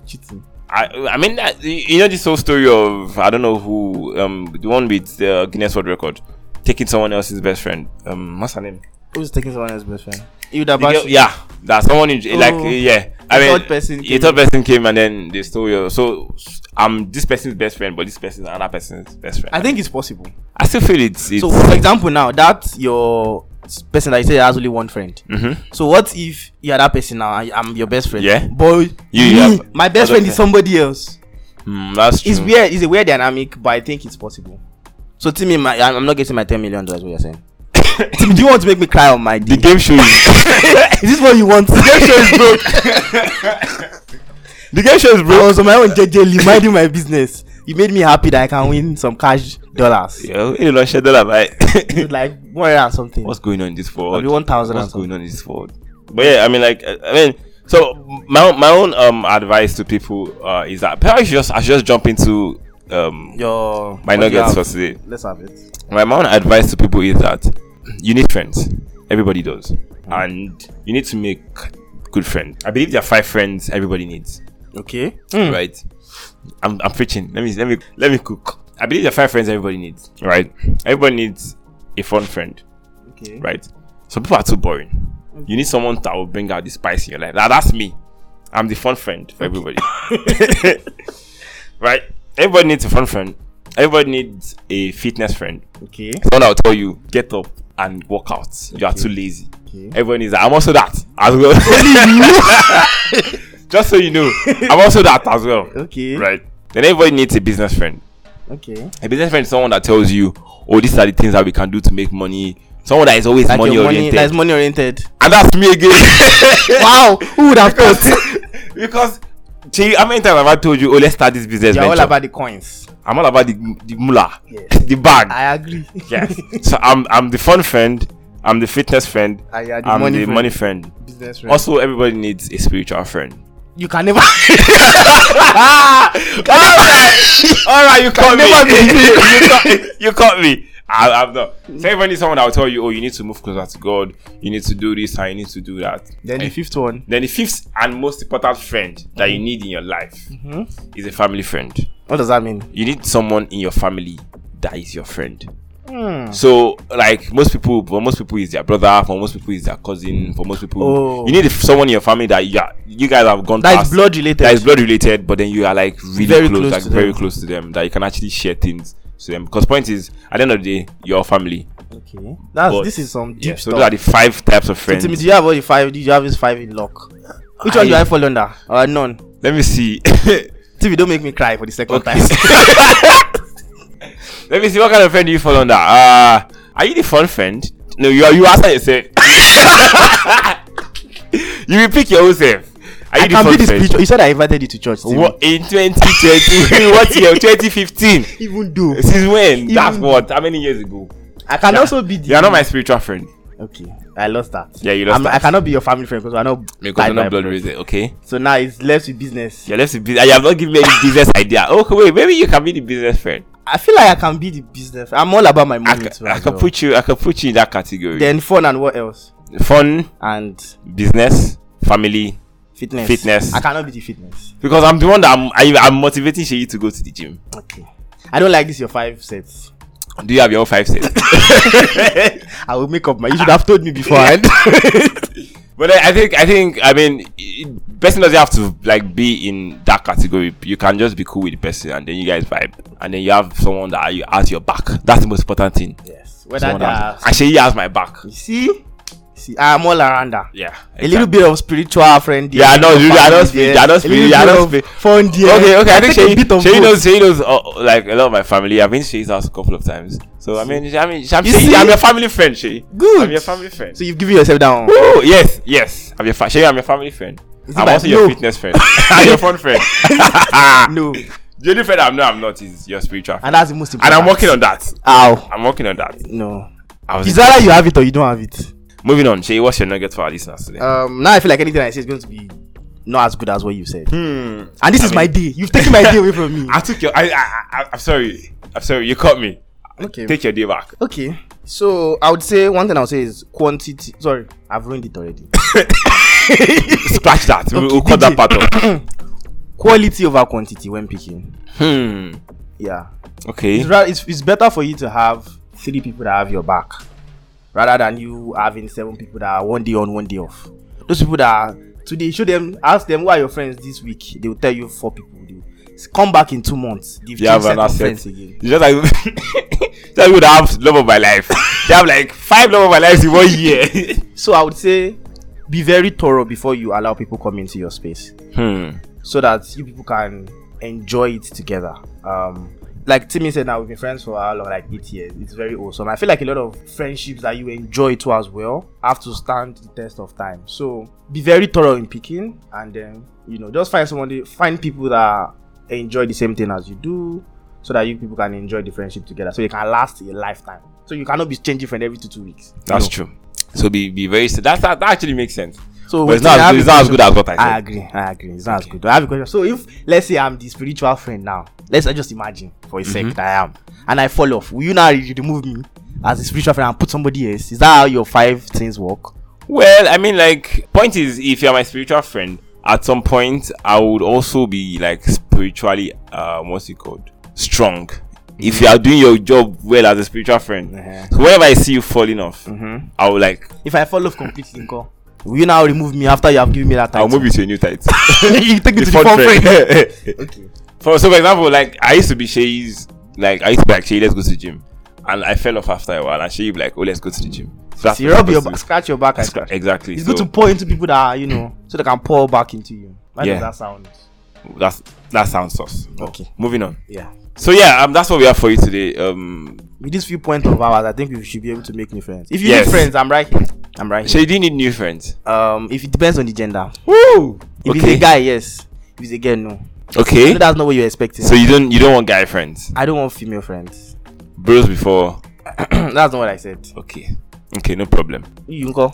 [SPEAKER 1] Cheating.
[SPEAKER 2] I, I mean, uh, you you know this whole story of I don't know who um the one with the Guinness World Record taking someone else's best friend. Um, what's her name?
[SPEAKER 1] Who's taking someone else's best friend? You that
[SPEAKER 2] The girl- yeah, that someone in,
[SPEAKER 1] Oh.
[SPEAKER 2] like yeah.
[SPEAKER 1] The
[SPEAKER 2] I mean,
[SPEAKER 1] third person
[SPEAKER 2] the
[SPEAKER 1] came
[SPEAKER 2] third
[SPEAKER 1] in.
[SPEAKER 2] person came and then they stole your. So I'm this person's best friend, but this person's another person's best friend.
[SPEAKER 1] I think it's possible.
[SPEAKER 2] I still feel it's. it's
[SPEAKER 1] So, for example, now that your s- person that you say has only one friend.
[SPEAKER 2] Mhm.
[SPEAKER 1] So, what if you're that person now? I, I'm your best friend.
[SPEAKER 2] Yeah.
[SPEAKER 1] But
[SPEAKER 2] You-
[SPEAKER 1] me,
[SPEAKER 2] you have
[SPEAKER 1] my best
[SPEAKER 2] other
[SPEAKER 1] friend is
[SPEAKER 2] friend.
[SPEAKER 1] somebody else.
[SPEAKER 2] Mm, that's true.
[SPEAKER 1] It's weird. It's a weird dynamic, but I think it's possible. So, Timmy, my, I'm I'm not getting my 10 million dollars. What you're saying? Timmy, do you want to make me cry on my
[SPEAKER 2] The
[SPEAKER 1] dick?
[SPEAKER 2] game show is.
[SPEAKER 1] is this what you want?
[SPEAKER 2] the game show is broke.
[SPEAKER 1] I was on my own JJ Lee, minding my business. You made me happy that I can win some cash dollars.
[SPEAKER 2] Yo, you know, shut up, I-
[SPEAKER 1] It's like one hundred and something.
[SPEAKER 2] What's going on in this world?
[SPEAKER 1] Maybe one thousand and
[SPEAKER 2] What's
[SPEAKER 1] something.
[SPEAKER 2] going on in this world? But yeah, I mean, like, uh, I I mean, so my own- my own um advice to people uh, is that perhaps I should just I should just jump into um
[SPEAKER 1] Your
[SPEAKER 2] my
[SPEAKER 1] what do you
[SPEAKER 2] nuggets for
[SPEAKER 1] have?
[SPEAKER 2] today.
[SPEAKER 1] Let's have it.
[SPEAKER 2] my own advice to people is that you need friends. Everybody does, and you need to make good friends. I believe there are five friends everybody needs,
[SPEAKER 1] Okay.
[SPEAKER 2] right? I'm, I'm preaching. Let me let me let me cook. I believe there are five friends everybody needs, right? Everybody needs a fun friend,
[SPEAKER 1] Okay.
[SPEAKER 2] right? Some people are too boring. You need someone that will bring out the spice in your life. Now that's me. I'm the fun friend for everybody, right? Everybody needs a fun friend. Everybody needs a fitness friend.
[SPEAKER 1] Okay.
[SPEAKER 2] Someone will tell you, get up and walk out. You are too lazy.
[SPEAKER 1] Okay.
[SPEAKER 2] Everyone is like, I'm also that as well. Just so you know, I'm also that as well.
[SPEAKER 1] Okay.
[SPEAKER 2] Right. Then everybody needs a business friend.
[SPEAKER 1] Okay.
[SPEAKER 2] A business friend is someone that tells you, oh, these are the things that we can do to make money. Someone that is always
[SPEAKER 1] Like
[SPEAKER 2] money
[SPEAKER 1] your money,
[SPEAKER 2] oriented.
[SPEAKER 1] that's money oriented.
[SPEAKER 2] and that's me again.
[SPEAKER 1] wow. Who would have thought?
[SPEAKER 2] because, Chi, how many times have I told you, oh, let's start this business
[SPEAKER 1] You're all
[SPEAKER 2] venture?
[SPEAKER 1] about the coins.
[SPEAKER 2] I'm all about the, the mullah,
[SPEAKER 1] Yes.
[SPEAKER 2] the bag.
[SPEAKER 1] I agree.
[SPEAKER 2] yes. So I'm I'm the fun friend. I'm the fitness friend.
[SPEAKER 1] Ah, yeah, the
[SPEAKER 2] I'm
[SPEAKER 1] money
[SPEAKER 2] the
[SPEAKER 1] friend.
[SPEAKER 2] money friend.
[SPEAKER 1] Business friend.
[SPEAKER 2] Also, everybody needs a spiritual friend.
[SPEAKER 1] you can never.
[SPEAKER 2] All right, you caught me.
[SPEAKER 1] never be
[SPEAKER 2] you, caught, you caught me. I, I'm not. So everybody needs someone that will tell you, oh, you need to move closer to God. You need to do this and you need to do that.
[SPEAKER 1] then the
[SPEAKER 2] And
[SPEAKER 1] fifth one.
[SPEAKER 2] then the fifth and most important friend that
[SPEAKER 1] Mm-hmm.
[SPEAKER 2] you need in your life is a family friend.
[SPEAKER 1] What does that mean?
[SPEAKER 2] You need someone in your family that is your friend.
[SPEAKER 1] Hmm.
[SPEAKER 2] So, like most people, for most people is their brother, for most people is their cousin, for most people,
[SPEAKER 1] Oh.
[SPEAKER 2] you need someone in your family that you, are, you guys have gone
[SPEAKER 1] That
[SPEAKER 2] past,
[SPEAKER 1] is blood related.
[SPEAKER 2] that is blood related, but then you are like really
[SPEAKER 1] Very
[SPEAKER 2] close,
[SPEAKER 1] close
[SPEAKER 2] like
[SPEAKER 1] to
[SPEAKER 2] very
[SPEAKER 1] them.
[SPEAKER 2] close to them, that you can actually share things to them. Because point is, at the end of the day, your family.
[SPEAKER 1] okay. That's
[SPEAKER 2] But-
[SPEAKER 1] this is some deep
[SPEAKER 2] Yeah, so
[SPEAKER 1] stuff.
[SPEAKER 2] those are the five types of friends.
[SPEAKER 1] So Timmy, do you have all the five? Do you have his five in lock? Which one do I fall under? Uh, none.
[SPEAKER 2] Let me see.
[SPEAKER 1] Timmy, don't make me cry for the second
[SPEAKER 2] Okay.
[SPEAKER 1] time.
[SPEAKER 2] Let me see what kind of friend do you fall under. Uh, are you the fun friend? No, you are. You answer yourself. you will pick your own self. Are you
[SPEAKER 1] I
[SPEAKER 2] the
[SPEAKER 1] can
[SPEAKER 2] fun
[SPEAKER 1] be the
[SPEAKER 2] friend?
[SPEAKER 1] spiritual. You said I invited you to church. Timmy.
[SPEAKER 2] What in 2020? what year? 2015.
[SPEAKER 1] Even though
[SPEAKER 2] Since when? That's
[SPEAKER 1] Even-
[SPEAKER 2] what. How many years ago?
[SPEAKER 1] I can
[SPEAKER 2] Yeah.
[SPEAKER 1] also be the.
[SPEAKER 2] You are not my spiritual friend
[SPEAKER 1] Okay, I lost that.
[SPEAKER 2] Yeah, you lost
[SPEAKER 1] I'm,
[SPEAKER 2] that.
[SPEAKER 1] I cannot be your family friend because I know.
[SPEAKER 2] because you're not blood related. Okay.
[SPEAKER 1] So now it's left with business.
[SPEAKER 2] You're left with business. You have not given me any business idea. Okay, wait. Maybe you can be the business friend.
[SPEAKER 1] I feel like I can be the business. I'm all about my
[SPEAKER 2] I,
[SPEAKER 1] money
[SPEAKER 2] ca-
[SPEAKER 1] too.
[SPEAKER 2] I
[SPEAKER 1] as
[SPEAKER 2] can
[SPEAKER 1] well.
[SPEAKER 2] put you. I can put you in that category.
[SPEAKER 1] then fun and what else?
[SPEAKER 2] Fun,
[SPEAKER 1] And
[SPEAKER 2] business, family,
[SPEAKER 1] fitness.
[SPEAKER 2] Fitness.
[SPEAKER 1] I cannot be the fitness.
[SPEAKER 2] Because I'm the one that I'm, I, I'm motivating Sheyi to go to the gym.
[SPEAKER 1] Okay. I don't like this. Your five sets.
[SPEAKER 2] Do you have your own five cents?
[SPEAKER 1] I will make up my. You should have told me eh? beforehand.
[SPEAKER 2] but I, I think I think I mean, it, person doesn't have to like be in that category. You can just be cool with the person, and then you guys vibe, and then you have someone that you has your back. That's the most important thing.
[SPEAKER 1] yes. Whether
[SPEAKER 2] Someone
[SPEAKER 1] they are
[SPEAKER 2] has, and Sheyi has my back.
[SPEAKER 1] You see, See, I'm all around that.
[SPEAKER 2] Yeah.
[SPEAKER 1] A little bit of spiritual friend.
[SPEAKER 2] Yeah, I know, really, I know
[SPEAKER 1] family
[SPEAKER 2] spirit-
[SPEAKER 1] there,
[SPEAKER 2] I know
[SPEAKER 1] a
[SPEAKER 2] spirit-
[SPEAKER 1] little
[SPEAKER 2] yeah, I
[SPEAKER 1] bit
[SPEAKER 2] know
[SPEAKER 1] of
[SPEAKER 2] spirit.
[SPEAKER 1] Fun there.
[SPEAKER 2] Okay, okay. I think
[SPEAKER 1] take
[SPEAKER 2] Shay,
[SPEAKER 1] a bit of
[SPEAKER 2] Shay
[SPEAKER 1] both.
[SPEAKER 2] knows, Shay knows uh, like a lot of my family. I've been to Shay's house a couple of times. So, I mean, I mean, I'm,
[SPEAKER 1] You
[SPEAKER 2] Shay,
[SPEAKER 1] see?
[SPEAKER 2] I'm your family friend, Shay.
[SPEAKER 1] Good.
[SPEAKER 2] I'm your family friend.
[SPEAKER 1] So you've given yourself down.
[SPEAKER 2] Woo! Yes, yes. I'm your fa- Shay, I'm your family friend.
[SPEAKER 1] Is it
[SPEAKER 2] I'm
[SPEAKER 1] by-
[SPEAKER 2] also your
[SPEAKER 1] no.
[SPEAKER 2] fitness friend. I'm your fun friend. Ah.
[SPEAKER 1] no,
[SPEAKER 2] the only friend I'm not, I'm not is your spiritual friend.
[SPEAKER 1] and that's the most
[SPEAKER 2] And
[SPEAKER 1] important.
[SPEAKER 2] I'm working on that.
[SPEAKER 1] Ow.
[SPEAKER 2] I'm working on that.
[SPEAKER 1] No.
[SPEAKER 2] I was
[SPEAKER 1] It's either you have it or you don't have it.
[SPEAKER 2] moving on. Shay, what's your nugget for our listeners today?
[SPEAKER 1] Um, now I feel like anything I say is going to be not as good as what you said.
[SPEAKER 2] hmm.
[SPEAKER 1] And this
[SPEAKER 2] I
[SPEAKER 1] is
[SPEAKER 2] mean-
[SPEAKER 1] my day. You've taken my day away from me.
[SPEAKER 2] I took your. I, I, I, I'm sorry. I'm sorry. You caught me.
[SPEAKER 1] Okay.
[SPEAKER 2] Take your day back.
[SPEAKER 1] Okay. So I would say one thing I would say is quantity. Sorry, I've ruined it already.
[SPEAKER 2] Splash that. We-
[SPEAKER 1] Okay,
[SPEAKER 2] we'll cut that
[SPEAKER 1] DJ.
[SPEAKER 2] part off.
[SPEAKER 1] Quality over quantity when picking.
[SPEAKER 2] Hmm.
[SPEAKER 1] Yeah.
[SPEAKER 2] Okay.
[SPEAKER 1] It's, ra- it's, it's better for you to have three people that have your back rather than you having seven people that are one day on, one day off. Those people that are today, show them, ask them who are your friends this week. They will tell you four people. They will s- come back in two months. They've
[SPEAKER 2] You have
[SPEAKER 1] changed
[SPEAKER 2] an
[SPEAKER 1] set of
[SPEAKER 2] asset.
[SPEAKER 1] friends again.
[SPEAKER 2] It's just like that would have love of my life. They have like five love of my lives in one year.
[SPEAKER 1] So I would say be very thorough before you allow people come into your space.
[SPEAKER 2] hmm.
[SPEAKER 1] so that you people can enjoy it together. Um, like Timmy said, now we've been friends for how long? Like eight years. It's very awesome. I feel like a lot of friendships that you enjoy too as well have to stand the test of time. So be very thorough in picking, and then you know just find somebody, find people that enjoy the same thing as you do, so that you people can enjoy the friendship together. So it can last a lifetime. So you cannot be changing friend every two two weeks.
[SPEAKER 2] That's
[SPEAKER 1] No.
[SPEAKER 2] true. So be be very. That that, that actually makes sense.
[SPEAKER 1] So
[SPEAKER 2] But it's
[SPEAKER 1] wetin
[SPEAKER 2] not,
[SPEAKER 1] I have
[SPEAKER 2] as good, it's
[SPEAKER 1] a
[SPEAKER 2] not as
[SPEAKER 1] question-
[SPEAKER 2] good as what I said.
[SPEAKER 1] I agree. I agree. It's not as good. I have a question. So if let's say I'm the spiritual friend now, let's just imagine for
[SPEAKER 2] Mm-hmm.
[SPEAKER 1] a sec that I am, and I fall off. Will you now re- remove me as a spiritual friend and put somebody else? Is that how your five things work?
[SPEAKER 2] Well, I mean, like, point is, if you're my spiritual friend, at some point, I would also be like spiritually, uh, what's it called, strong. If you are doing your job well as a spiritual friend,
[SPEAKER 1] Mm-hmm. Uh-huh.
[SPEAKER 2] so whenever I see you falling off,
[SPEAKER 1] Mhm.
[SPEAKER 2] I will like,
[SPEAKER 1] If I fall off completely, nko, will you now remove me after you have given me that
[SPEAKER 2] I'll
[SPEAKER 1] title?
[SPEAKER 2] move you to a new title.
[SPEAKER 1] you take me to
[SPEAKER 2] The
[SPEAKER 1] the
[SPEAKER 2] fun
[SPEAKER 1] fun
[SPEAKER 2] friend.
[SPEAKER 1] friend. Okay.
[SPEAKER 2] For so, for example, like I used to be Shay's, like I used to be like Shay, let's go to the gym, and I fell off after a while, and Shay would be like, oh, let's go to the gym. So that's
[SPEAKER 1] So you
[SPEAKER 2] what
[SPEAKER 1] rub
[SPEAKER 2] I'm
[SPEAKER 1] your back,
[SPEAKER 2] supposed
[SPEAKER 1] scratch your back. I
[SPEAKER 2] to-
[SPEAKER 1] scratch.
[SPEAKER 2] Exactly.
[SPEAKER 1] It's
[SPEAKER 2] so
[SPEAKER 1] good to pour into people that are, you know, so they can pour back into you. Why
[SPEAKER 2] Yeah.
[SPEAKER 1] does that sound?
[SPEAKER 2] that's that sounds sus.
[SPEAKER 1] Okay.
[SPEAKER 2] Moving on.
[SPEAKER 1] Yeah.
[SPEAKER 2] So yeah, um, that's what we have for you today. Um,
[SPEAKER 1] with this few points of ours, I think we should be able to make new friends. If you
[SPEAKER 2] Yes.
[SPEAKER 1] need friends, I'm right here. I'm right
[SPEAKER 2] So
[SPEAKER 1] here.
[SPEAKER 2] you didn't need new friends.
[SPEAKER 1] Um, if it depends on the gender.
[SPEAKER 2] Woo!
[SPEAKER 1] If it's
[SPEAKER 2] okay. Eh?
[SPEAKER 1] a guy, yes. If it's a girl, no.
[SPEAKER 2] okay.
[SPEAKER 1] No, that's not what you're expecting.
[SPEAKER 2] So you don't you don't want guy friends.
[SPEAKER 1] I don't want female friends.
[SPEAKER 2] Bros before.
[SPEAKER 1] that's not what I said.
[SPEAKER 2] Okay. Okay, no problem.
[SPEAKER 1] You go.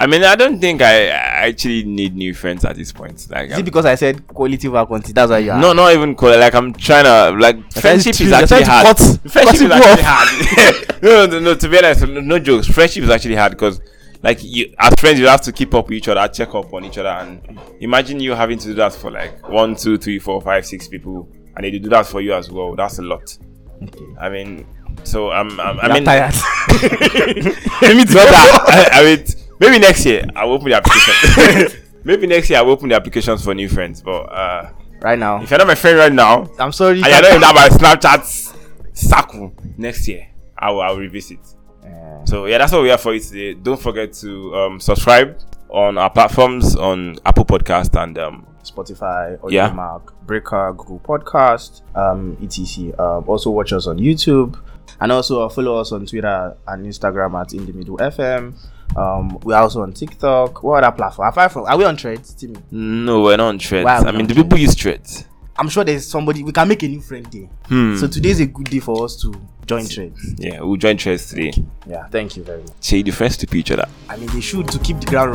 [SPEAKER 2] I mean, I don't think I, I actually need new friends at this point. Like,
[SPEAKER 1] Is
[SPEAKER 2] I'm-
[SPEAKER 1] it because I said quality over quantity? That's why you are.
[SPEAKER 2] no, not even cool. Like, I'm trying to like
[SPEAKER 1] trying to
[SPEAKER 2] friendship is
[SPEAKER 1] choose- Ah. you're trying
[SPEAKER 2] actually
[SPEAKER 1] to
[SPEAKER 2] hard.
[SPEAKER 1] cut- cut
[SPEAKER 2] friendship is
[SPEAKER 1] people
[SPEAKER 2] actually
[SPEAKER 1] off.
[SPEAKER 2] hard. no, no, no. To be honest, no, no jokes. Friendship is actually hard because. Like you, as friends, you have to keep up with each other, check up on each other, and imagine you having to do that for like one, two, three, four, five, six people, and they do that for you as well. That's a lot.
[SPEAKER 1] Okay.
[SPEAKER 2] I mean, so I'm, I'm I
[SPEAKER 1] I'm
[SPEAKER 2] mean,
[SPEAKER 1] tired.
[SPEAKER 2] Not that. I, I mean, maybe next year I'll open the application. maybe next year I'll open the applications for new friends. But uh,
[SPEAKER 1] right now.
[SPEAKER 2] if you're not my friend right now,
[SPEAKER 1] I'm sorry.
[SPEAKER 2] and you're not in that my Snapchat circle, next year I will, I will revisit.
[SPEAKER 1] Uh,
[SPEAKER 2] So yeah, that's what we have for you today. Don't forget to um, subscribe on our platforms on Apple Podcast and um,
[SPEAKER 1] Spotify, Audio
[SPEAKER 2] Yeah.
[SPEAKER 1] Mark, Breaker, Google Podcast, um, etc. Um, also watch us on YouTube, and also uh, follow us on Twitter and Instagram at In the Middle FM. Um, we're also on TikTok. What other platform? Apart from, are we on Threads, Timmy?
[SPEAKER 2] no, we're not on threads.
[SPEAKER 1] Wow,
[SPEAKER 2] I
[SPEAKER 1] we're
[SPEAKER 2] mean,
[SPEAKER 1] on
[SPEAKER 2] the people use threads.
[SPEAKER 1] I'm sure there's somebody we can make a new friend day.
[SPEAKER 2] Hmm.
[SPEAKER 1] So today's a good day for us to join Threads.
[SPEAKER 2] Yeah, we'll join threads today.
[SPEAKER 1] Yeah, thank you very much.
[SPEAKER 2] Say the friends to each other.
[SPEAKER 1] I mean, they should to keep the ground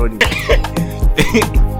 [SPEAKER 1] running.